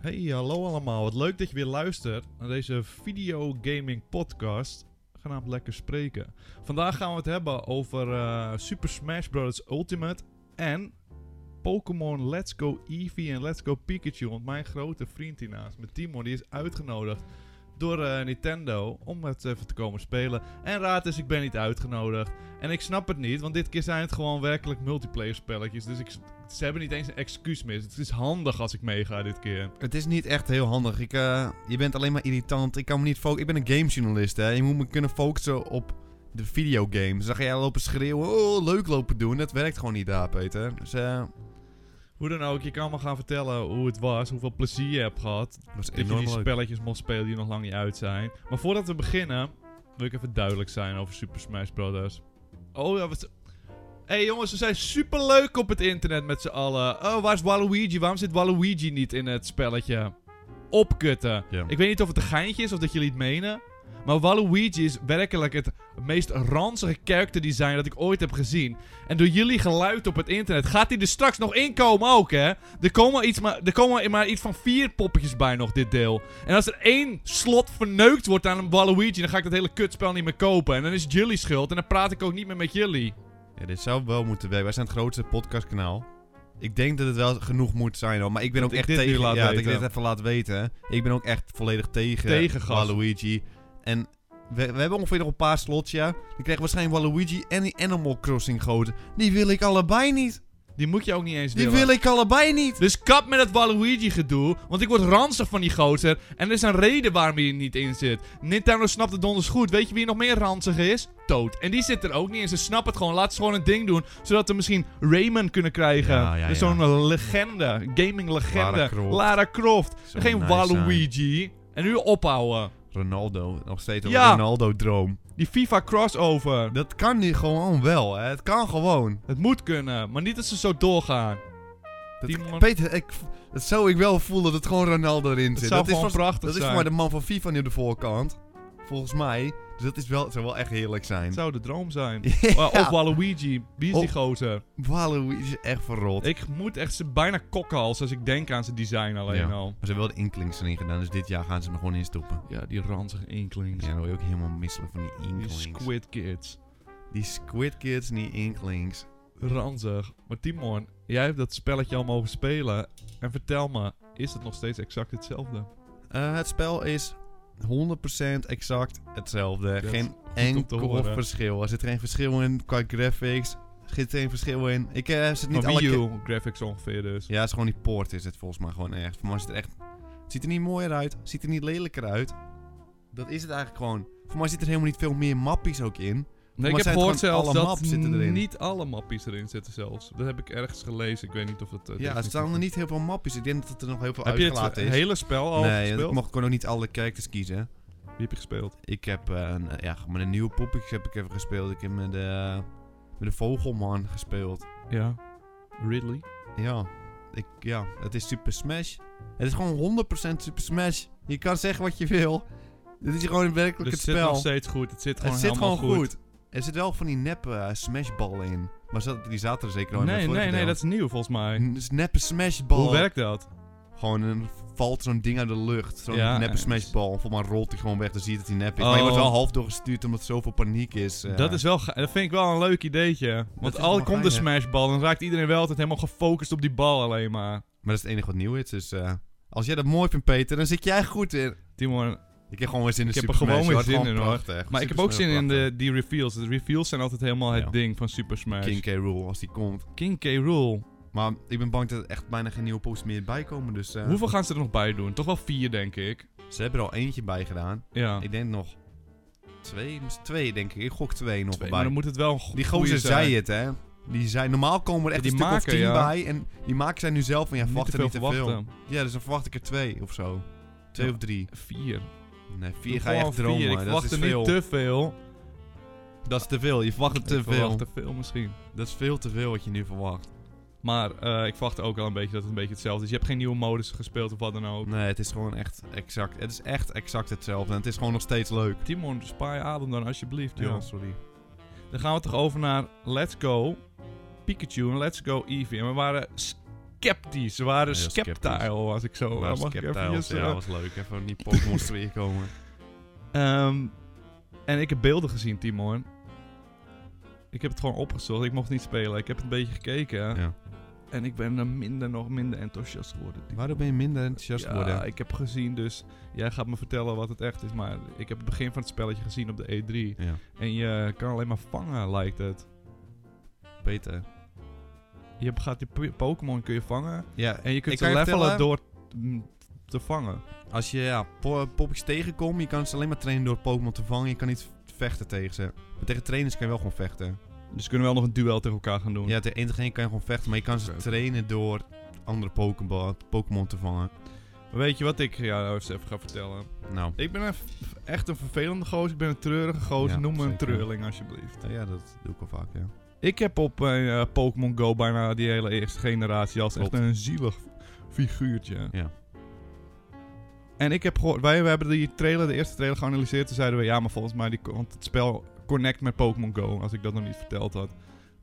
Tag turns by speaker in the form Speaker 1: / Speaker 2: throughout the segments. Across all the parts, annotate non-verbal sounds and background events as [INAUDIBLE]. Speaker 1: Hey, hallo allemaal. Wat leuk dat je weer luistert naar deze videogaming podcast, genaamd Lekker Spreken. Vandaag gaan we het hebben over eh, Super Smash Bros. Ultimate en Pokémon Let's Go Eevee en Let's Go Pikachu. Want mijn grote vriend hiernaast, mijn Timo, die is uitgenodigd door eh, Nintendo om het even te komen spelen. En raad eens, ik ben niet uitgenodigd. En ik snap het niet, want dit keer zijn het gewoon werkelijk multiplayer spelletjes. Dus ik, ze hebben niet eens een excuus meer. Het is handig als ik meega dit keer.
Speaker 2: Het is niet echt heel handig. Ik, eh, je bent alleen maar irritant. Ik kan me niet focussen. Ik ben een gamejournalist, hè. Je moet me kunnen focussen op de videogames. Dan ga jij lopen schreeuwen, oh, leuk lopen doen. Dat werkt gewoon niet daar, Peter. Dus, eh,
Speaker 1: Hoe dan ook, je kan me gaan vertellen hoe het was, hoeveel plezier je hebt gehad.
Speaker 2: dat was
Speaker 1: Dat je
Speaker 2: enorm
Speaker 1: die
Speaker 2: leuk.
Speaker 1: spelletjes mocht spelen die nog lang niet uit zijn. Maar voordat we beginnen, wil ik even duidelijk zijn over Super Smash Brothers. Oh ja, wat... Hé hey jongens, ze zijn super leuk op het internet met z'n allen. Oh, waar is Waluigi? Waarom zit Waluigi niet in het spelletje? Opkutten.
Speaker 2: Ja.
Speaker 1: Ik weet niet of het een geintje is of dat jullie het menen. Maar Waluigi is werkelijk het meest ranzige character design dat ik ooit heb gezien. En door jullie geluid op het internet gaat hij er straks nog inkomen ook, hè? Er komen, iets maar, er komen maar iets van vier poppetjes bij nog, dit deel. En als er één slot verneukt wordt aan een Waluigi, dan ga ik dat hele kutspel niet meer kopen. En dan is het jullie schuld en dan praat ik ook niet meer met jullie.
Speaker 2: Ja, dit zou wel moeten werken. Wij zijn het grootste podcastkanaal. Ik denk dat het wel genoeg moet zijn, hoor. Maar ik ben
Speaker 1: Dat
Speaker 2: ook
Speaker 1: ik
Speaker 2: echt
Speaker 1: dit nu
Speaker 2: tegen...
Speaker 1: laat
Speaker 2: ja, dat ik
Speaker 1: weten.
Speaker 2: dit even laat weten. Ik ben ook echt volledig tegen,
Speaker 1: Tegen, gast.
Speaker 2: Waluigi. En we, we hebben ongeveer nog een paar slots, ja. Dan krijgen we waarschijnlijk Waluigi en die Animal Crossing goten. Die wil ik allebei niet.
Speaker 1: Die moet je ook niet eens
Speaker 2: Die
Speaker 1: willen.
Speaker 2: wil ik allebei niet.
Speaker 1: Dus kap met dat Waluigi gedoe, want ik word ranzig van die gozer. En er is een reden waarom hij er niet in zit. Nintendo snapt het donders goed. Weet je wie nog meer ranzig is? Toad. En die zit er ook niet in. Ze snappen het gewoon. Laat ze gewoon een ding doen, zodat we misschien Rayman kunnen krijgen.
Speaker 2: Ja, ja,
Speaker 1: Dus
Speaker 2: ja.
Speaker 1: zo'n legende, gaming legende.
Speaker 2: Lara Croft.
Speaker 1: Croft.
Speaker 2: Zou
Speaker 1: Geen
Speaker 2: nice
Speaker 1: Waluigi. En nu ophouden.
Speaker 2: Ronaldo, nog steeds
Speaker 1: Ja.
Speaker 2: een Ronaldo-droom.
Speaker 1: Die FIFA crossover.
Speaker 2: Dat kan nu gewoon wel, hè. Het kan gewoon.
Speaker 1: Het moet kunnen, maar niet dat ze zo doorgaan.
Speaker 2: Dat,
Speaker 1: Die man-
Speaker 2: Peter, ik, dat zou ik wel voelen dat gewoon Ronaldo erin
Speaker 1: Het
Speaker 2: zit.
Speaker 1: zou
Speaker 2: dat is
Speaker 1: gewoon
Speaker 2: vast-
Speaker 1: prachtig
Speaker 2: Dat is
Speaker 1: zijn.
Speaker 2: voor mij de man van FIFA nu op de voorkant. Volgens mij. Dus dat is wel, zou wel echt heerlijk zijn.
Speaker 1: Het zou de droom zijn.
Speaker 2: [LAUGHS] Ja.
Speaker 1: Of Waluigi. Wie is die
Speaker 2: Oh.
Speaker 1: gozer?
Speaker 2: Waluigi is echt verrot.
Speaker 1: Ik moet echt ze bijna kokhalsen als ik denk aan zijn design alleen
Speaker 2: Ja.
Speaker 1: al.
Speaker 2: Maar ze hebben wel de inklings erin gedaan, dus dit jaar gaan ze hem er gewoon instoppen.
Speaker 1: Ja, die ranzige inklings.
Speaker 2: Ja, dan word je ook helemaal misselijk van die
Speaker 1: Die
Speaker 2: inklings.
Speaker 1: Squid Kids.
Speaker 2: Die Squid Kids en die inklings.
Speaker 1: Ranzig. Maar Timon, jij hebt dat spelletje al mogen spelen. En vertel me, is het nog steeds exact hetzelfde?
Speaker 2: Eh, het spel is 100% exact hetzelfde.
Speaker 1: Dat is
Speaker 2: geen
Speaker 1: goed om te
Speaker 2: enkel
Speaker 1: horen.
Speaker 2: verschil. Er zit geen verschil in qua graphics. Er zit geen verschil in. Ik eh, zit niet
Speaker 1: Van
Speaker 2: alle
Speaker 1: Wii
Speaker 2: ke-
Speaker 1: U graphics ongeveer dus.
Speaker 2: Ja, het is gewoon die poort is het volgens mij gewoon echt. Voor mij is het echt... Het ziet er niet mooier uit. Ziet er niet lelijker uit. Dat is het eigenlijk gewoon. Voor mij zit er helemaal niet veel meer mappies ook in.
Speaker 1: Nee, ik
Speaker 2: maar
Speaker 1: heb
Speaker 2: zijn
Speaker 1: gehoord
Speaker 2: het gewoon
Speaker 1: zelfs dat
Speaker 2: alle maps zitten erin?
Speaker 1: niet alle mappies erin zitten zelfs. Dat heb ik ergens gelezen. Ik weet niet of dat... eh,
Speaker 2: Ja, er
Speaker 1: definitief
Speaker 2: staan er
Speaker 1: is.
Speaker 2: niet heel veel mappies. Ik denk dat het er nog heel veel
Speaker 1: Heb je het
Speaker 2: uitgelaten is.
Speaker 1: hele spel al
Speaker 2: nee, want
Speaker 1: gespeeld?
Speaker 2: ik mocht gewoon ook niet alle characters kiezen.
Speaker 1: Wie heb je gespeeld?
Speaker 2: Ik heb eh, een, eh, ja, met een nieuwe poppetjes heb ik even gespeeld. Ik heb met de, eh, met de vogelman gespeeld.
Speaker 1: Ja. Ridley?
Speaker 2: Ja, ik, ja, het is Super Smash. Het is gewoon 100% Super Smash. Je kan zeggen wat je wil. Dit is gewoon werkelijk
Speaker 1: Dus het
Speaker 2: het
Speaker 1: zit nog
Speaker 2: spel.
Speaker 1: steeds goed. Het zit gewoon
Speaker 2: het zit
Speaker 1: helemaal
Speaker 2: gewoon goed. Er zit wel van die neppe eh, smashballen in. Maar zat, die zaten er zeker al in.
Speaker 1: Nee, nee, nee, dat is nieuw volgens mij.
Speaker 2: is... Neppe smashbal.
Speaker 1: Hoe werkt dat?
Speaker 2: Gewoon een, valt zo'n ding uit de lucht. Zo'n
Speaker 1: Ja,
Speaker 2: neppe
Speaker 1: en-
Speaker 2: smashbal. Volgens mij rolt hij gewoon weg. Dan zie je dat hij nep is. Maar
Speaker 1: Oh.
Speaker 2: je wordt wel half doorgestuurd omdat zoveel paniek is. eh.
Speaker 1: Dat, is wel, ge- dat vind ik wel een leuk ideetje. Want
Speaker 2: is
Speaker 1: al
Speaker 2: wel
Speaker 1: komt de
Speaker 2: geinig.
Speaker 1: smashbal, dan raakt iedereen wel altijd helemaal gefocust op die bal alleen maar.
Speaker 2: Maar dat is het enige wat nieuw is. Dus eh, als jij dat mooi vindt, Peter, dan zit jij goed in.
Speaker 1: Timon.
Speaker 2: Ik heb gewoon weer zin in
Speaker 1: Ik heb
Speaker 2: Super
Speaker 1: er gewoon
Speaker 2: Smash,
Speaker 1: weer
Speaker 2: hoor.
Speaker 1: zin
Speaker 2: Gewoon
Speaker 1: in, hoor.
Speaker 2: prachtig.
Speaker 1: Maar ik
Speaker 2: Super
Speaker 1: heb ook
Speaker 2: Smash,
Speaker 1: zin in
Speaker 2: prachtig.
Speaker 1: de, die reveals. De reveals zijn altijd helemaal het
Speaker 2: Ja.
Speaker 1: ding van Super Smash.
Speaker 2: King
Speaker 1: King,
Speaker 2: K. Rule, als die komt.
Speaker 1: K. Rule.
Speaker 2: Maar ik ben bang dat er echt bijna geen nieuwe posts meer bij komen. Dus eh,
Speaker 1: Hoeveel gaan ze er nog bij doen? Toch wel vier, denk ik.
Speaker 2: ze hebben er al eentje bij gedaan.
Speaker 1: Ja.
Speaker 2: Ik denk nog twee, misschien twee denk ik. Ik gok twee nog
Speaker 1: Twee,
Speaker 2: bij.
Speaker 1: maar dan moet het wel een
Speaker 2: Die
Speaker 1: goede
Speaker 2: gozer
Speaker 1: zijn.
Speaker 2: zei het, hè. Die zei, normaal komen er echt
Speaker 1: Die
Speaker 2: een stuk
Speaker 1: maken,
Speaker 2: of tien
Speaker 1: ja.
Speaker 2: bij. En die maken zij nu zelf van, ja,
Speaker 1: Niet
Speaker 2: verwacht
Speaker 1: te
Speaker 2: er
Speaker 1: veel
Speaker 2: niet te veel.
Speaker 1: verwachten.
Speaker 2: Ja, dus dan verwacht ik er twee of zo. Twee
Speaker 1: Ja.
Speaker 2: of drie.
Speaker 1: Vier.
Speaker 2: Nee,
Speaker 1: Doe
Speaker 2: vier ga je
Speaker 1: gewoon
Speaker 2: echt dromen.
Speaker 1: vier. Ik
Speaker 2: dat
Speaker 1: verwacht
Speaker 2: is
Speaker 1: er
Speaker 2: veel.
Speaker 1: niet te veel.
Speaker 2: Dat is te veel. Je verwacht het te
Speaker 1: Ik
Speaker 2: veel.
Speaker 1: verwacht te veel misschien.
Speaker 2: Dat is veel te veel wat je nu verwacht.
Speaker 1: Maar eh, ik verwacht ook al een beetje dat het een beetje hetzelfde is. Je hebt geen nieuwe modus gespeeld of wat dan ook.
Speaker 2: Nee, het is gewoon echt exact. Het is echt exact hetzelfde. En het is gewoon nog steeds leuk.
Speaker 1: Timon, spaar je adem dan alsjeblieft, joh.
Speaker 2: Ja, sorry.
Speaker 1: Dan gaan we toch over naar Let's Go Pikachu en Let's Go Eevee. En we waren sceptisch. Ze waren
Speaker 2: Ja, heel
Speaker 1: sceptiel,
Speaker 2: sceptisch.
Speaker 1: was ik zo.
Speaker 2: maar
Speaker 1: mag ik eventjes,
Speaker 2: ja,
Speaker 1: eh,
Speaker 2: was leuk. Even die [LAUGHS] Pokémon's weer komen.
Speaker 1: Ehm, en ik heb beelden gezien, Timon. Ik heb het gewoon opgezocht. Ik mocht niet spelen. Ik heb het een beetje gekeken.
Speaker 2: Ja.
Speaker 1: En ik ben er minder, nog minder enthousiast geworden. Timon.
Speaker 2: Waarom ben je minder enthousiast geworden?
Speaker 1: Ja, ik heb gezien dus... Jij gaat me vertellen wat het echt is. Maar ik heb het begin van het spelletje gezien op de E3.
Speaker 2: Ja,
Speaker 1: En je kan alleen maar vangen, lijkt het.
Speaker 2: Peter.
Speaker 1: Je hebt- gaat die po- Pokémon kun je vangen.
Speaker 2: Ja,
Speaker 1: En je kunt
Speaker 2: Ik
Speaker 1: ze
Speaker 2: kan je
Speaker 1: levelen
Speaker 2: vertellen-
Speaker 1: door mm, te vangen.
Speaker 2: Als je ja, po- poppies tegenkomt, je kan ze alleen maar trainen door Pokémon te vangen. Je kan niet vechten tegen ze. Maar tegen trainers kan je wel gewoon vechten.
Speaker 1: Dus kunnen we wel nog een duel tegen elkaar gaan doen.
Speaker 2: Ja, tegen één kan je gewoon vechten, maar je kan ze
Speaker 1: Oké.
Speaker 2: trainen door andere Pokémon Pokémon te vangen.
Speaker 1: Weet je wat ik jou eens even ga vertellen?
Speaker 2: Nou,
Speaker 1: Ik ben een v- echt een vervelende gozer. Ik ben een treurige gozer.
Speaker 2: Ja,
Speaker 1: Noem me een
Speaker 2: zeker.
Speaker 1: treurling alsjeblieft.
Speaker 2: nou ja, dat doe ik al vaak, ja.
Speaker 1: Ik heb op eh, eh, Pokémon Go bijna die hele eerste generatie als echt
Speaker 2: Klopt.
Speaker 1: een zielig figuurtje.
Speaker 2: Ja.
Speaker 1: En ik heb gehoord, wij, we hebben die trailer, de eerste trailer geanalyseerd. Toen zeiden we, ja maar volgens mij, die, want het spel connect met Pokémon Go, als ik dat nog niet verteld had.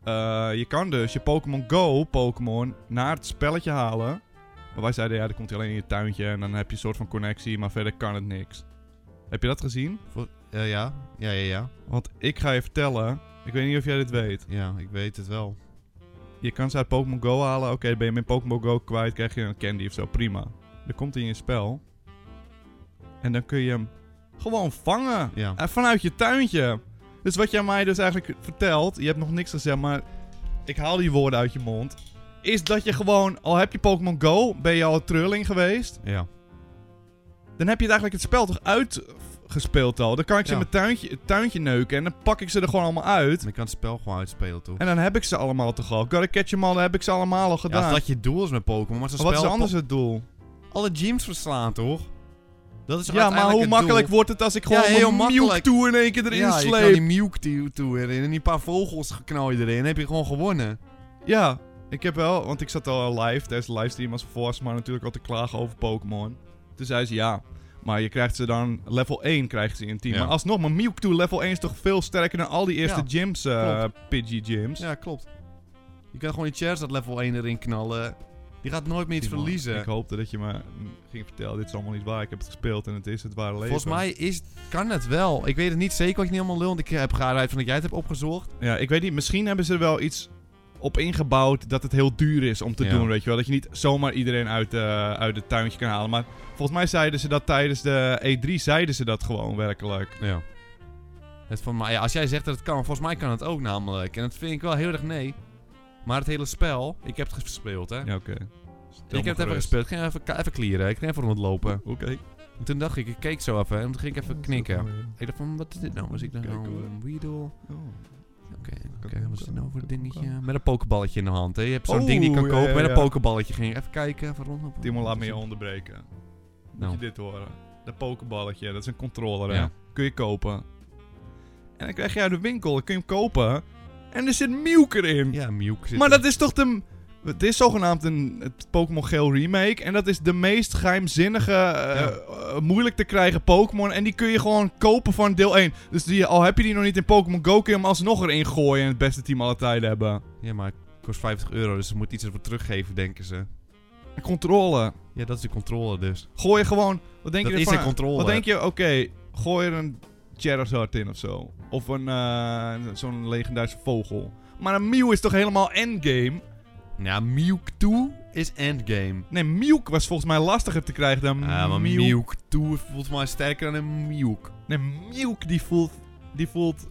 Speaker 1: Eh, je kan dus je Pokémon Go Pokémon naar het spelletje halen. Maar wij zeiden, ja dat komt hij alleen in je tuintje en dan heb je een soort van connectie, maar verder kan het niks. Heb je dat gezien?
Speaker 2: Voor, eh, ja, ja, ja, ja.
Speaker 1: Want ik ga je vertellen, ik weet niet of jij dit weet.
Speaker 2: Ja, ik weet het wel.
Speaker 1: Je kan ze uit Pokémon Go halen. Oké, ben je met Pokémon Go kwijt, krijg je een candy of zo. Prima. Dan komt hij in je spel. En dan kun je hem gewoon vangen.
Speaker 2: Ja.
Speaker 1: En vanuit je tuintje. Dus wat jij mij dus eigenlijk vertelt, je hebt nog niks gezegd, maar ik haal die woorden uit je mond. Is dat je gewoon, al heb je Pokémon Go, ben je al een trulling geweest.
Speaker 2: Ja.
Speaker 1: Dan heb je het eigenlijk het spel toch uitgespeeld al. Dan kan ik ze
Speaker 2: Ja.
Speaker 1: in mijn tuintje, tuintje neuken en dan pak ik ze er gewoon allemaal uit.
Speaker 2: Maar je kan het spel gewoon uitspelen, toch?
Speaker 1: En dan heb ik ze allemaal toch al. Gotta catch 'em all, dan heb ik ze allemaal al
Speaker 2: Ja,
Speaker 1: gedaan.
Speaker 2: als dat je doel is met Pokémon, maar zo'n
Speaker 1: Maar
Speaker 2: spel...
Speaker 1: wat is anders het doel?
Speaker 2: Alle gyms verslaan, toch? Dat is
Speaker 1: Ja, maar hoe makkelijk wordt het als ik gewoon
Speaker 2: Ja, heel
Speaker 1: mijn Mewtwo
Speaker 2: makkelijk.
Speaker 1: toe in één keer
Speaker 2: het
Speaker 1: erin
Speaker 2: Ja, je kan
Speaker 1: sleep?
Speaker 2: die Mewtwo erin en die paar vogels knal je erin. Dan heb je gewoon gewonnen.
Speaker 1: Ja, ik heb wel, want ik zat al live, deze livestream als volgens maar natuurlijk al te klagen over Pokémon. Toen zei ze ja, maar je krijgt ze dan level 1 krijgt ze in het team.
Speaker 2: Ja.
Speaker 1: Maar alsnog, mijn Mewtwo level 1 is toch veel sterker dan al die eerste
Speaker 2: Ja,
Speaker 1: gyms, eh Pidgey gyms.
Speaker 2: Ja, klopt. Je kan gewoon je Charizard level 1 erin knallen. Die gaat nooit meer iets
Speaker 1: Timon,
Speaker 2: verliezen.
Speaker 1: Ik hoopte dat je me mm, ging vertellen, dit is allemaal niet waar, ik heb het gespeeld en het is het ware leven.
Speaker 2: Volgens mij is, kan het wel. Ik weet het niet zeker, want ik niet helemaal lul. Want ik eh, heb ga eruit van dat jij het hebt opgezocht.
Speaker 1: Ja, ik weet niet. Misschien hebben ze er wel iets op ingebouwd dat het heel duur is om te
Speaker 2: Ja.
Speaker 1: doen, weet je wel. Dat je niet zomaar iedereen uit, eh, uit het tuintje kan halen. Maar volgens mij zeiden ze dat tijdens de E3, zeiden ze dat gewoon werkelijk.
Speaker 2: Ja. Het van, maar ja, als jij zegt dat het kan, volgens mij kan het ook namelijk. En dat vind ik wel heel erg nee. Maar het hele spel, ik heb het gespeeld hè.
Speaker 1: Ja, oké. Stel me
Speaker 2: ik heb het even
Speaker 1: gerust.
Speaker 2: gespeeld. Ik ging even, ka- even clearen. Ik ging even rondlopen.
Speaker 1: Oké.
Speaker 2: En toen dacht ik, ik keek zo even. En toen ging ik even knikken.
Speaker 1: Oké,
Speaker 2: Ik dacht van, wat is dit nou? Was ik dan
Speaker 1: Kijk,
Speaker 2: nou
Speaker 1: hoor.
Speaker 2: een Weedle?
Speaker 1: Oh.
Speaker 2: Oké, oké.
Speaker 1: Kan-
Speaker 2: Wat is dit nou voor
Speaker 1: kan-
Speaker 2: dingetje?
Speaker 1: kan.
Speaker 2: Met een pokeballetje in de hand. Hè? Je hebt zo'n
Speaker 1: Oh,
Speaker 2: ding die je kan
Speaker 1: ja,
Speaker 2: kopen
Speaker 1: ja,
Speaker 2: met
Speaker 1: ja.
Speaker 2: een pokeballetje. Ging ik even kijken, even rondom.
Speaker 1: Timo, laat me je onderbreken. Moet
Speaker 2: Nou.
Speaker 1: je dit horen. Dat pokeballetje, dat is een controller, hè.
Speaker 2: Ja.
Speaker 1: Kun je kopen. En dan krijg je uit de winkel, dan kun je hem kopen. En er zit Mewker in.
Speaker 2: Ja, Mewk zit
Speaker 1: Maar
Speaker 2: er.
Speaker 1: dat is toch de... Het is zogenaamd een het Pokémon Geel remake. En dat is de meest geheimzinnige, eh,
Speaker 2: Ja.
Speaker 1: eh, moeilijk te krijgen Pokémon. En die kun je gewoon kopen van deel 1. Dus die, al heb je die nog niet in Pokémon Go, kun je hem alsnog erin gooien en het beste team alle tijden hebben.
Speaker 2: Ja, maar het kost 50 euro, dus ze moet iets ervoor teruggeven, denken ze.
Speaker 1: En controle.
Speaker 2: Ja, dat is de controle dus.
Speaker 1: Gooi je gewoon... Wat denk
Speaker 2: dat
Speaker 1: je
Speaker 2: is
Speaker 1: ervan?
Speaker 2: de controle.
Speaker 1: Wat denk je? Oké, gooi er een Charizard in of zo. Of een, eh, zo'n legendarische vogel. Maar een Mew is toch helemaal endgame?
Speaker 2: Nou, Mewtwo is endgame.
Speaker 1: Nee, Mew was volgens mij lastiger te krijgen dan
Speaker 2: Ja, maar
Speaker 1: Mew.
Speaker 2: Mewtwo is volgens mij sterker dan een Mewk.
Speaker 1: Nee, Mewk die voelt, die voelt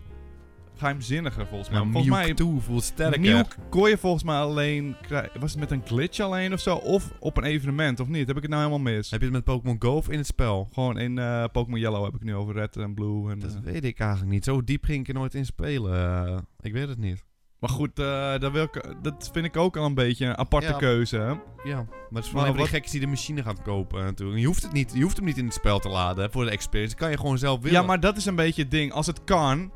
Speaker 1: geheimzinniger volgens mij.
Speaker 2: Maar
Speaker 1: volgens mij,
Speaker 2: Mewtwo voelt sterker.
Speaker 1: Mewk kon je volgens mij alleen krijgen. Was het met een glitch alleen of zo? Of op een evenement, of niet? Heb ik het nou helemaal mis?
Speaker 2: Heb je het met Pokémon Go of in het spel?
Speaker 1: Gewoon in eh, Pokémon Yellow heb ik nu over Red en Blue. En,
Speaker 2: Dat
Speaker 1: eh.
Speaker 2: weet ik eigenlijk niet. Zo diep ging ik er nooit in spelen. Eh, ik weet het niet.
Speaker 1: Maar goed, eh, dat, wil ik, dat vind ik ook al een beetje een aparte
Speaker 2: Ja.
Speaker 1: keuze. hè?
Speaker 2: Ja, maar het is
Speaker 1: Maar
Speaker 2: voor mij
Speaker 1: wat-
Speaker 2: die gekjes die de machine gaat kopen natuurlijk. Je hoeft, het niet, je hoeft hem niet in het spel te laden hè, voor de experience. Dat kan je gewoon zelf willen.
Speaker 1: Ja, maar dat is een beetje het ding. Als het kan,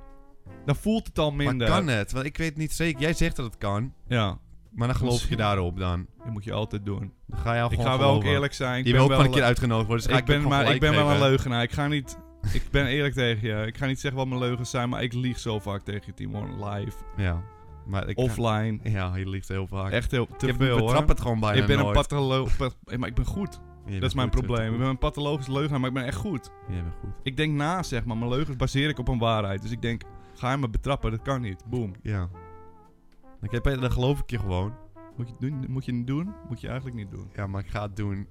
Speaker 1: dan voelt het al minder.
Speaker 2: Maar kan het? Want ik weet niet zeker. Jij zegt dat het kan.
Speaker 1: Ja,
Speaker 2: Maar dan geloof je
Speaker 1: Misschien.
Speaker 2: daarop dan.
Speaker 1: dat moet je altijd doen.
Speaker 2: Dan ga je al
Speaker 1: Ik
Speaker 2: gewoon
Speaker 1: ga wel
Speaker 2: geloven.
Speaker 1: ook eerlijk zijn. Ik
Speaker 2: je
Speaker 1: ben
Speaker 2: wil ook
Speaker 1: wel
Speaker 2: van een
Speaker 1: eh,
Speaker 2: keer uitgenodigd worden. Dus
Speaker 1: ik ben, maar, ik ben wel een leugenaar. Ik ga niet. Ik ben eerlijk tegen je. Ik ga niet zeggen wat mijn leugens zijn, maar ik lieg zo vaak tegen je, Timon. Live.
Speaker 2: Ja. Maar ik
Speaker 1: Offline.
Speaker 2: Ja, je liegt heel vaak.
Speaker 1: Echt heel te
Speaker 2: ik
Speaker 1: veel hoor.
Speaker 2: betrap het gewoon bijna
Speaker 1: Ik ben een
Speaker 2: nooit.
Speaker 1: patoloog. maar ik ben goed.
Speaker 2: Je bent
Speaker 1: dat is mijn
Speaker 2: goed,
Speaker 1: probleem. Ik
Speaker 2: Je
Speaker 1: ben een pathologisch leugenaar, maar ik ben echt goed.
Speaker 2: bent goed. Je bent goed.
Speaker 1: Ik denk na, zeg maar. Mijn leugens baseer ik op een waarheid. Dus ik denk, ga je me betrappen? Dat kan niet. Boom.
Speaker 2: Ja. Dan, heb je- dan geloof ik je gewoon.
Speaker 1: Moet je, het doen? Moet je het doen? Moet je eigenlijk niet doen.
Speaker 2: Ja, maar ik ga het doen.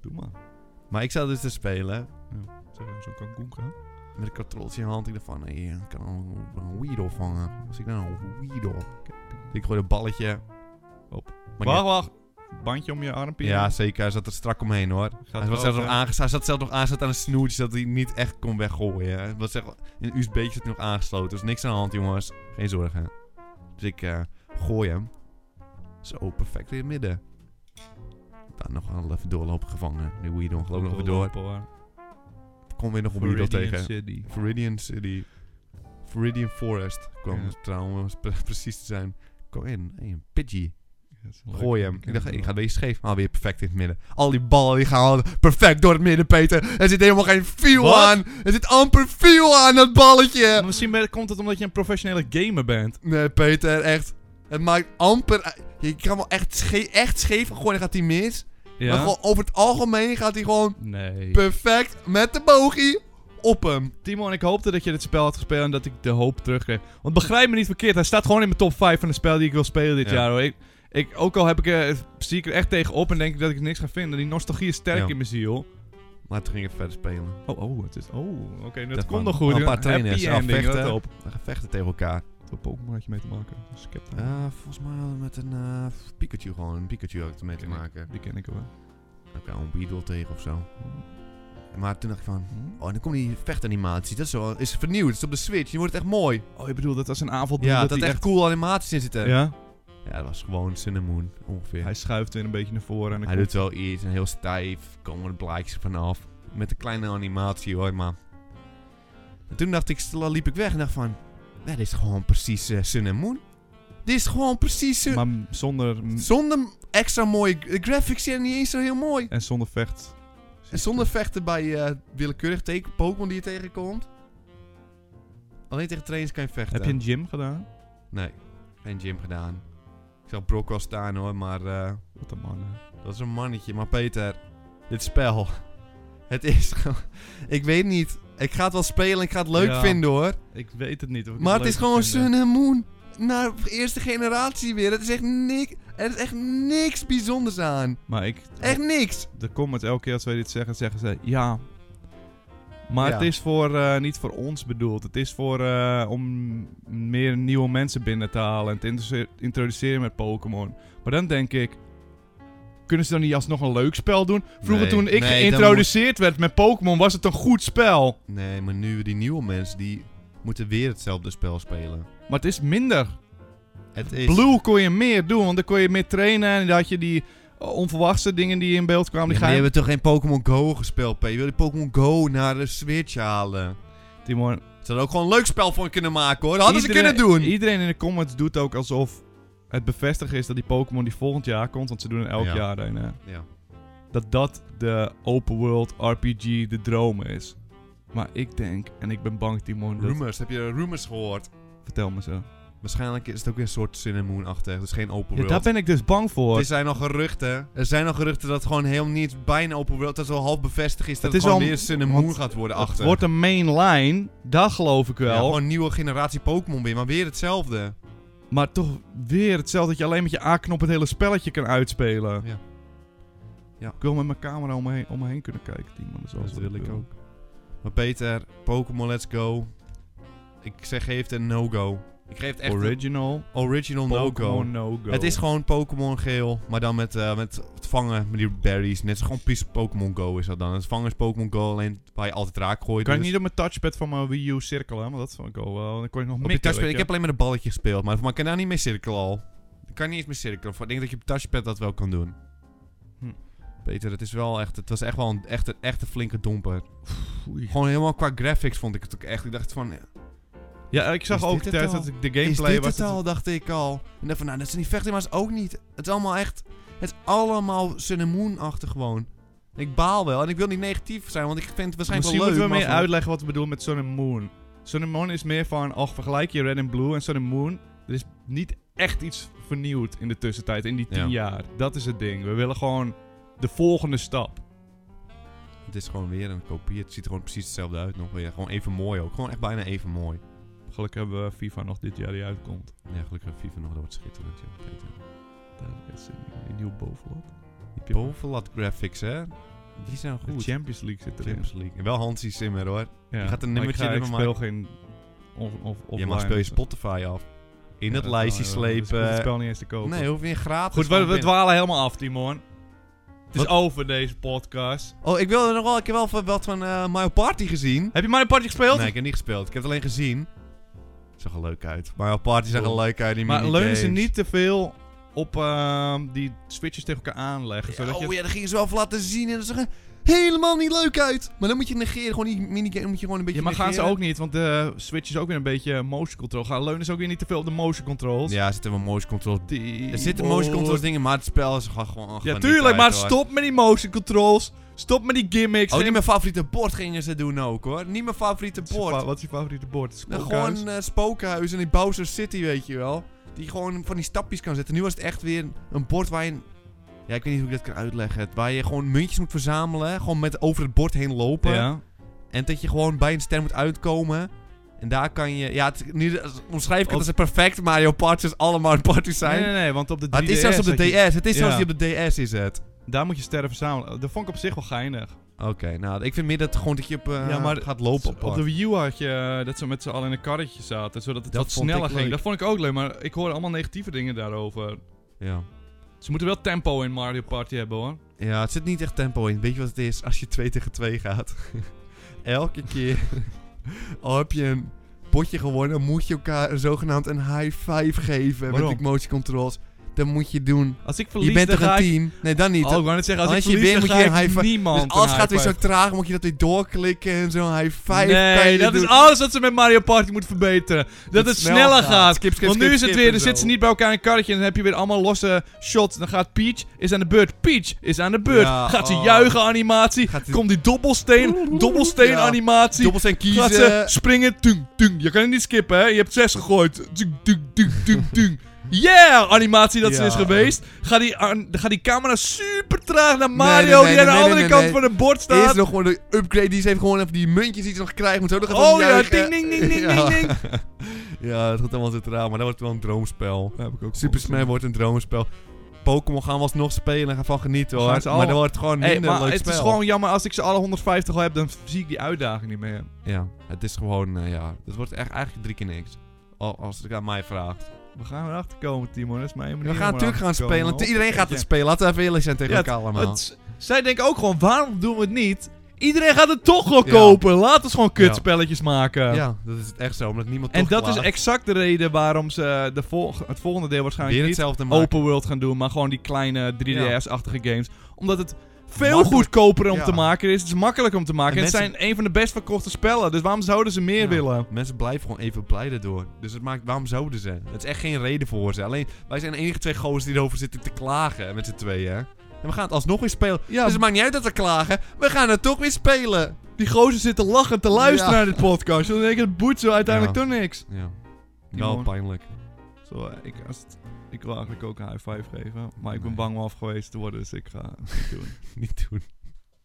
Speaker 1: Doe maar.
Speaker 2: Maar ik zat dus te spelen.
Speaker 1: Zeg maar, zo'n kankoen gaan.
Speaker 2: Met een controltje in de hand. Ik dacht van, hé, ik kan een, een weedle vangen. Als ik nou een weedle... Ik gooi een balletje.
Speaker 1: Op.
Speaker 2: Maar
Speaker 1: Wacht, wacht. Bandje om je armpje.
Speaker 2: Ja, zeker. Hij zat er strak omheen hoor.
Speaker 1: Gaat
Speaker 2: hij, was
Speaker 1: wel,
Speaker 2: zelfs nog
Speaker 1: hè?
Speaker 2: aanges- hij zat zelfs nog aan, zat aan een snoertje dat hij niet echt kon weggooien. Hij Was echt, een USB'tje zat hij nog aangesloten. Dus niks aan de hand, jongens. Geen zorgen. Dus ik eh, gooi hem. Zo, perfect in het midden. Dan nog wel even doorlopen gevangen. Nu Weedle geloof nog weer door. Kom weer nog een Weedle
Speaker 1: Meridian
Speaker 2: tegen.
Speaker 1: City.
Speaker 2: Viridian City. Viridian Forest kwam
Speaker 1: Ja.
Speaker 2: het trouwens, om pre- precies te zijn. Kom in, hey, een Pidgey.
Speaker 1: Ja, is leuk.
Speaker 2: Gooi hem.
Speaker 1: ken
Speaker 2: Ik dacht,
Speaker 1: het
Speaker 2: ik
Speaker 1: wel.
Speaker 2: ga weer scheef. Ah, weer perfect in het midden. Al die ballen die gaan al perfect door het midden, Peter. Er zit helemaal geen feel
Speaker 1: Wat?
Speaker 2: aan. Er zit amper feel aan dat
Speaker 1: Maar
Speaker 2: balletje.
Speaker 1: Misschien ben- komt het omdat je een professionele gamer bent.
Speaker 2: Nee, Peter, echt. Het maakt amper... Je kan wel echt, sche echt scheef gooien, dan gaat hij mis.
Speaker 1: Ja?
Speaker 2: Maar gewoon over het algemeen gaat hij gewoon
Speaker 1: Nee.
Speaker 2: perfect met de bogie op hem.
Speaker 1: Timon, ik hoopte dat je dit spel had gespeeld en dat ik de hoop terugkreeg. Want begrijp me niet verkeerd, hij staat gewoon in mijn top 5 van de spel die ik wil spelen dit
Speaker 2: Ja.
Speaker 1: jaar. Hoor. Ik, ik, ook al heb ik, eh, zie ik er echt tegen op en denk ik dat ik niks ga vinden. Die nostalgie is sterk
Speaker 2: Ja.
Speaker 1: in mijn ziel.
Speaker 2: Maar toen ging ik verder spelen.
Speaker 1: Oh, oh, het is... Oh, oké, dat
Speaker 2: Daarvan
Speaker 1: komt nog goed.
Speaker 2: een paar trainers,
Speaker 1: happy ending,
Speaker 2: afvechten.
Speaker 1: let op.
Speaker 2: We gaan vechten tegen elkaar.
Speaker 1: Wat Pokémon had je mee te maken? Skepta.
Speaker 2: Eh, volgens mij hadden we met een eh, Pikachu gewoon. Een Pikachu had ik ermee te
Speaker 1: Oké.
Speaker 2: maken.
Speaker 1: Die ken ik wel.
Speaker 2: Heb ik al een Weedle tegen of zo. Maar toen dacht ik van...
Speaker 1: Mm-hmm.
Speaker 2: Oh, en dan komt die vechtanimatie. Dat is, wel, is vernieuwd. Het is op de Switch. Je wordt echt mooi.
Speaker 1: Oh, je bedoelt dat als een avond
Speaker 2: Ja, dat,
Speaker 1: dat
Speaker 2: er
Speaker 1: hij
Speaker 2: echt coole animaties in zitten.
Speaker 1: Ja?
Speaker 2: Ja, dat was gewoon Cinnamon ongeveer.
Speaker 1: Hij
Speaker 2: Hij,
Speaker 1: schuift weer een beetje naar voren en dan komt-
Speaker 2: doet wel iets. En heel stijf. Komen er blaadjes vanaf. Met een kleine animatie hoor, maar... En toen dacht ik, stel, liep ik weg en dacht van... "Ja, Dit is gewoon precies eh, Sun and Moon. Dit is gewoon precies... eh, Sun-
Speaker 1: Maar m- zonder... m-
Speaker 2: Zonder extra mooie... De graphics zijn niet eens zo heel mooi.
Speaker 1: En zonder vecht.
Speaker 2: En zonder vechten bij eh, willekeurig teken Pokémon die je tegenkomt. Alleen tegen trainers kan je vechten.
Speaker 1: Heb je een gym gedaan?
Speaker 2: Nee, geen gym gedaan. Ik zag Brock wel staan hoor, maar eh,
Speaker 1: Wat een man. hè.
Speaker 2: dat is een mannetje. Maar Peter, dit spel. [LAUGHS] Het is gewoon... Ik weet niet. Ik ga het wel spelen en ik ga het leuk
Speaker 1: Ja.
Speaker 2: vinden hoor.
Speaker 1: Ik weet het niet. Of ik
Speaker 2: Maar het
Speaker 1: leuk
Speaker 2: is gewoon
Speaker 1: vind, eh, hè.
Speaker 2: Sun and Moon. Naar eerste generatie weer. Het is echt niks... Er is echt niks bijzonders aan.
Speaker 1: Maar ik...
Speaker 2: Echt niks.
Speaker 1: De comments elke keer als wij dit zeggen, zeggen ze... Ja... Maar
Speaker 2: Ja.
Speaker 1: het is voor, eh, niet voor ons bedoeld. Het is voor, eh, om meer nieuwe mensen binnen te halen en te introduce- introduceren met Pokémon. Maar dan denk ik, kunnen ze dan niet alsnog een leuk spel doen? Vroeger
Speaker 2: Nee.
Speaker 1: toen ik
Speaker 2: Nee, dan
Speaker 1: geïntroduceerd werd met Pokémon, was het een goed spel.
Speaker 2: Nee, maar nu die nieuwe mensen die moeten weer hetzelfde spel spelen.
Speaker 1: Maar het is minder.
Speaker 2: Het is.
Speaker 1: Blue kon je meer doen, want dan kon je meer trainen. En dan had je die eh, onverwachte dingen die in beeld kwamen.
Speaker 2: Ja,
Speaker 1: Die
Speaker 2: maar
Speaker 1: ga
Speaker 2: je
Speaker 1: je...
Speaker 2: hebt toch geen Pokémon Go gespeeld, P? Je wil die Pokémon Go naar de Switch halen.
Speaker 1: Timon,
Speaker 2: Ze hadden ook gewoon een leuk spel van kunnen maken, hoor. Dat hadden
Speaker 1: iedereen-
Speaker 2: ze kunnen doen.
Speaker 1: Iedereen in de comments doet ook alsof het bevestigd is dat die Pokémon die volgend jaar komt. Want ze doen er elk
Speaker 2: Ja.
Speaker 1: jaar een. hè,
Speaker 2: Ja.
Speaker 1: Dat dat de open world RPG de droom is. Maar ik denk, en ik ben bang Timon, dat...
Speaker 2: Rumors. Heb je rumors gehoord?
Speaker 1: vertel me zo. Waarschijnlijk
Speaker 2: Waarschijnlijk is het ook weer een soort Cinnamon-achtig. Dus geen open
Speaker 1: Ja,
Speaker 2: world.
Speaker 1: daar ben ik dus bang voor.
Speaker 2: er zijn al geruchten. Er zijn al geruchten dat het gewoon helemaal niet bijna open world... Dat het al half bevestigd is
Speaker 1: Het
Speaker 2: dat het,
Speaker 1: is
Speaker 2: gewoon
Speaker 1: wel-
Speaker 2: weer Cinnamon
Speaker 1: want
Speaker 2: gaat worden
Speaker 1: Het
Speaker 2: achter.
Speaker 1: wordt een mainline, daar geloof ik
Speaker 2: Ja,
Speaker 1: wel.
Speaker 2: gewoon een nieuwe generatie Pokémon weer, maar weer hetzelfde.
Speaker 1: Maar toch weer hetzelfde dat je alleen met je A-knop het hele spelletje kan uitspelen.
Speaker 2: Ja. Ja.
Speaker 1: Ik wil met mijn camera om me heen, om me heen kunnen kijken, die man. Zoals
Speaker 2: Dat wil ik ook. Maar Peter, Pokémon Let's Go. Ik zeg, geef het een no-go. Ik geef het echt een
Speaker 1: Original.
Speaker 2: original no-go.
Speaker 1: Pokémon no go.
Speaker 2: Het is gewoon Pokémon geel, maar dan met, eh, met het vangen, met die berries. Net zo gewoon precies Pokémon Go is dat dan. Het vangen is Pokémon Go, alleen waar je altijd raak gooit.
Speaker 1: Kan ik
Speaker 2: dus.
Speaker 1: niet op mijn touchpad van mijn Wii U cirkelen, maar dat vond ik al wel. Dan kon ik nog
Speaker 2: op
Speaker 1: mikken,
Speaker 2: je touchpad,
Speaker 1: weet
Speaker 2: ik heb alleen met een balletje gespeeld, maar, maar ik kan daar niet mee cirkelen al. Ik kan niet eens meer cirkelen. Ik denk dat je op touchpad dat wel kan doen.
Speaker 1: Hm.
Speaker 2: Peter, het, is wel echt, het was echt wel een echte, echte flinke domper.
Speaker 1: Foei.
Speaker 2: Gewoon helemaal qua graphics vond ik het ook echt. Ik dacht van,
Speaker 1: Ja, ik zag
Speaker 2: Is
Speaker 1: ook
Speaker 2: dit het
Speaker 1: tijdens
Speaker 2: al?
Speaker 1: dat ik de gameplay
Speaker 2: is dit
Speaker 1: was.
Speaker 2: het al, dacht ik al. En dan van, nou, dat zijn die vechten, maar is ook niet. Het is allemaal echt, het is allemaal Sun and Moon-achtig gewoon. Ik baal wel en ik wil niet negatief zijn, want ik vind het waarschijnlijk
Speaker 1: Misschien
Speaker 2: wel leuk.
Speaker 1: moeten we meer
Speaker 2: maar
Speaker 1: uitleggen wat we bedoelen met Sun and Moon. Sun and Moon is meer van, ach, vergelijk je Red en Blue en Sun and Moon. Er is niet echt iets vernieuwd in de tussentijd, in die tien
Speaker 2: Ja.
Speaker 1: jaar. Dat is het ding. We willen gewoon de volgende stap.
Speaker 2: Het is gewoon weer een kopie. Het ziet er gewoon precies hetzelfde uit nog weer. Gewoon even mooi ook. Gewoon echt bijna even mooi.
Speaker 1: Gelukkig hebben we FIFA nog dit jaar die uitkomt.
Speaker 2: Ja, gelukkig heeft FIFA nog dat wordt schitterend. joh. Peter.
Speaker 1: Daar is een, een nieuw bovenlap. Heb je-
Speaker 2: Bovenlat graphics, hè? Die zijn
Speaker 1: De
Speaker 2: goed.
Speaker 1: Champions League zit erin.
Speaker 2: Champions League. En wel Hansi Simmer, hoor.
Speaker 1: Ja.
Speaker 2: Je gaat een
Speaker 1: Maar
Speaker 2: nummertje
Speaker 1: ik, ga, ik
Speaker 2: erin
Speaker 1: speel geen of, of,
Speaker 2: je
Speaker 1: offline.
Speaker 2: mag speel je Spotify af. In het lijstje
Speaker 1: Ik het
Speaker 2: slepen.
Speaker 1: spel niet eens te kopen.
Speaker 2: Nee, hoef je gratis.
Speaker 1: Goed, we,
Speaker 2: gewoon
Speaker 1: we
Speaker 2: binnen-
Speaker 1: dwalen helemaal af, Timon. Het is
Speaker 2: Wat?
Speaker 1: over deze podcast.
Speaker 2: Oh, ik wilde nog wel... Ik heb wel wat van eh Mario Party gezien.
Speaker 1: Heb je Mario Party gespeeld?
Speaker 2: Nee, ik heb niet gespeeld. Ik heb het alleen gezien. Zag er leuk uit. Mario Party zag er
Speaker 1: Cool.
Speaker 2: leuk uit. Die
Speaker 1: maar
Speaker 2: minigames.
Speaker 1: leunen ze niet te veel op ehm, die switches tegen elkaar aanleggen.
Speaker 2: Ja,
Speaker 1: Zodat
Speaker 2: oh
Speaker 1: je
Speaker 2: ja, dat gingen ze wel even laten zien. En ze zag er helemaal niet leuk uit. Maar dan moet je negeren. Gewoon die minigame moet je gewoon een beetje
Speaker 1: ja, maar gaan ze
Speaker 2: negeren.
Speaker 1: ook niet, want de Switch is ook weer een beetje motion control. Gaan leunen ze ook weer niet te veel op de motion controls?
Speaker 2: Ja, er zitten wel motion controls.
Speaker 1: Die-
Speaker 2: Er zitten motion controls dingen, maar het spel is gewoon... gewoon
Speaker 1: Oh. Ja,
Speaker 2: niet
Speaker 1: tuurlijk,
Speaker 2: uit,
Speaker 1: maar
Speaker 2: hoor.
Speaker 1: stop met die motion controls. Stop met die gimmicks.
Speaker 2: Oh,
Speaker 1: Geen-
Speaker 2: niet mijn favoriete bord gingen ze doen ook, hoor. Niet mijn favoriete
Speaker 1: Wat is je fa-
Speaker 2: bord.
Speaker 1: Wat is je favoriete bord?
Speaker 2: Nou,
Speaker 1: Spookhuis?
Speaker 2: gewoon eh spookhuis en die Bowser City, weet je wel. Die gewoon van die stapjes kan zetten. Nu was het echt weer een bord waar je... een- Ja, ik weet niet hoe ik dat kan uitleggen. Het- Waar je gewoon muntjes moet verzamelen. Gewoon met over het bord heen lopen.
Speaker 1: Ja.
Speaker 2: En dat je gewoon bij een ster moet uitkomen. En daar kan je... Ja, het, nu eh, omschrijf ik
Speaker 1: Op-
Speaker 2: het als een perfect Mario Party's allemaal parties zijn.
Speaker 1: Nee, nee, nee, want op de 3DS...
Speaker 2: Maar het is zelfs op de DS.
Speaker 1: had je-
Speaker 2: Het is zelfs
Speaker 1: Ja.
Speaker 2: die op de DS is het.
Speaker 1: Daar moet je sterren verzamelen. Dat vond ik op zich wel geinig.
Speaker 2: Oké, nou, ik vind meer dat gewoon dat je op, eh,
Speaker 1: Ja, maar
Speaker 2: gaat lopen op,
Speaker 1: op de Wii U had je eh, dat ze met z'n allen in een karretje zaten, zodat het
Speaker 2: Dat
Speaker 1: wat
Speaker 2: vond ik
Speaker 1: sneller ging.
Speaker 2: leuk.
Speaker 1: Dat vond ik ook leuk, maar ik hoorde allemaal negatieve dingen daarover.
Speaker 2: Ja.
Speaker 1: Ze moeten wel tempo in Mario Party hebben hoor.
Speaker 2: ja, het zit niet echt tempo in. Weet je wat het is als je 2 tegen 2 gaat? [LAUGHS] Elke keer [LAUGHS] al heb je een potje gewonnen, moet je elkaar een zogenaamd een high five geven
Speaker 1: Waarom?
Speaker 2: met die motion controls. Dat moet je doen.
Speaker 1: Als ik verlies,
Speaker 2: je bent
Speaker 1: dan
Speaker 2: toch
Speaker 1: ga
Speaker 2: een
Speaker 1: ik...
Speaker 2: team? Nee, dan niet.
Speaker 1: Oh, ik wou net zeggen, als,
Speaker 2: Als
Speaker 1: ik
Speaker 2: je
Speaker 1: verlies,
Speaker 2: wint,
Speaker 1: dan
Speaker 2: moet je
Speaker 1: ga
Speaker 2: een
Speaker 1: ik
Speaker 2: high five-
Speaker 1: niemand
Speaker 2: dus alles
Speaker 1: een
Speaker 2: gaat weer
Speaker 1: high
Speaker 2: zo
Speaker 1: five.
Speaker 2: traag, moet je dat weer doorklikken en zo'n high five. kan
Speaker 1: Nee,
Speaker 2: je
Speaker 1: dat
Speaker 2: doen.
Speaker 1: is alles wat ze met Mario Party moeten verbeteren. Dat
Speaker 2: Dat
Speaker 1: het
Speaker 2: snel
Speaker 1: sneller
Speaker 2: gaat.
Speaker 1: gaat.
Speaker 2: Skip, skip,
Speaker 1: Want
Speaker 2: skip,
Speaker 1: nu is het
Speaker 2: skip
Speaker 1: weer,
Speaker 2: en
Speaker 1: dan zitten
Speaker 2: zo.
Speaker 1: ze niet bij elkaar in een karretje en dan heb je weer allemaal losse shots. Dan gaat Peach, is aan de beurt. Peach is aan de beurt.
Speaker 2: Ja,
Speaker 1: gaat ze
Speaker 2: oh.
Speaker 1: juichen animatie.
Speaker 2: Gaat die-
Speaker 1: Komt die dobbelsteen, dobbelsteen
Speaker 2: [LAUGHS] Ja.
Speaker 1: animatie.
Speaker 2: Dobbels en kiezen.
Speaker 1: Gaat ze springen, tung, tung. Je kan het niet skippen, hè? Je hebt zes gegooid. Tung, tung, tung, tung, tung. Yeah! Animatie dat ze
Speaker 2: Ja.
Speaker 1: is geweest. Gaat die, aan- gaat die camera super traag naar
Speaker 2: Nee,
Speaker 1: Mario,
Speaker 2: nee, nee,
Speaker 1: die aan de
Speaker 2: nee,
Speaker 1: andere
Speaker 2: nee,
Speaker 1: kant
Speaker 2: nee.
Speaker 1: van het bord staat.
Speaker 2: Eerst nog gewoon de upgrade die ze heeft gewoon even die muntjes die ze nog krijgen. Moet zo nog even
Speaker 1: Oh ja,
Speaker 2: juichen.
Speaker 1: ding, ding, ding, ding,
Speaker 2: [LAUGHS] Ja.
Speaker 1: ding, ding.
Speaker 2: Ja, het gaat allemaal zo traag, maar dat wordt wel een droomspel.
Speaker 1: Heb ik ook
Speaker 2: Super Smash wordt een droomspel. Pokémon gaan we alsnog spelen en gaan van genieten hoor.
Speaker 1: Gaan ze al-
Speaker 2: Maar dat wordt gewoon minder
Speaker 1: Hey, maar
Speaker 2: leuk
Speaker 1: het
Speaker 2: spel.
Speaker 1: is gewoon jammer als ik ze alle 150 al heb, dan zie ik die uitdaging niet meer.
Speaker 2: Ja, het is gewoon, eh, ja. Het wordt echt, eigenlijk drie keer niks. Al- Als het aan mij vraagt.
Speaker 1: We gaan erachter komen, Timon. Dat is mijn manier.
Speaker 2: We
Speaker 1: om
Speaker 2: gaan natuurlijk
Speaker 1: erachter
Speaker 2: gaan
Speaker 1: te komen,
Speaker 2: spelen.
Speaker 1: hoor.
Speaker 2: Iedereen gaat
Speaker 1: Weet
Speaker 2: het
Speaker 1: je.
Speaker 2: spelen. Laten we even eerlijk zijn tegen
Speaker 1: Ja, het-
Speaker 2: elkaar allemaal.
Speaker 1: Het s- zij denken ook gewoon, waarom doen we het niet? Iedereen gaat het toch wel
Speaker 2: Ja.
Speaker 1: kopen. Laten we gewoon
Speaker 2: Ja.
Speaker 1: kutspelletjes maken.
Speaker 2: ja, dat is echt zo. Omdat niemand
Speaker 1: En
Speaker 2: toch
Speaker 1: dat is
Speaker 2: klaagt.
Speaker 1: exact de reden waarom ze de volg- het volgende deel waarschijnlijk
Speaker 2: Weer
Speaker 1: niet
Speaker 2: hetzelfde maken.
Speaker 1: open world gaan doen, maar gewoon die kleine 3DS-achtige games. Omdat het veel
Speaker 2: Makkelijk-
Speaker 1: goedkoper om
Speaker 2: Ja.
Speaker 1: te maken is. Het is makkelijker om te maken.
Speaker 2: En
Speaker 1: En het zijn een van de best verkochte spellen. Dus waarom zouden ze meer
Speaker 2: Ja.
Speaker 1: willen?
Speaker 2: Mensen blijven gewoon even blij daardoor. Dus het maakt, waarom zouden ze? Het is echt geen reden voor ze. Alleen, wij zijn de enige twee gozers die erover zitten te klagen met z'n tweeën. hè. En we gaan het alsnog weer spelen.
Speaker 1: Ja,
Speaker 2: Dus het maakt niet uit dat we klagen. We gaan het toch weer spelen.
Speaker 1: die gozer zitten lachen te luisteren
Speaker 2: Ja.
Speaker 1: naar dit podcast. Dan denk ik, het boet zo uiteindelijk
Speaker 2: Ja.
Speaker 1: toch niks.
Speaker 2: Ja.
Speaker 1: Wel
Speaker 2: Wel pijnlijk. [LAUGHS]
Speaker 1: Zo, eh, ik, als het- ik wil eigenlijk ook een high five geven. Maar ik ben
Speaker 2: Nee.
Speaker 1: bang om afgewezen te worden, dus ik ga het niet doen.
Speaker 2: Niet doen.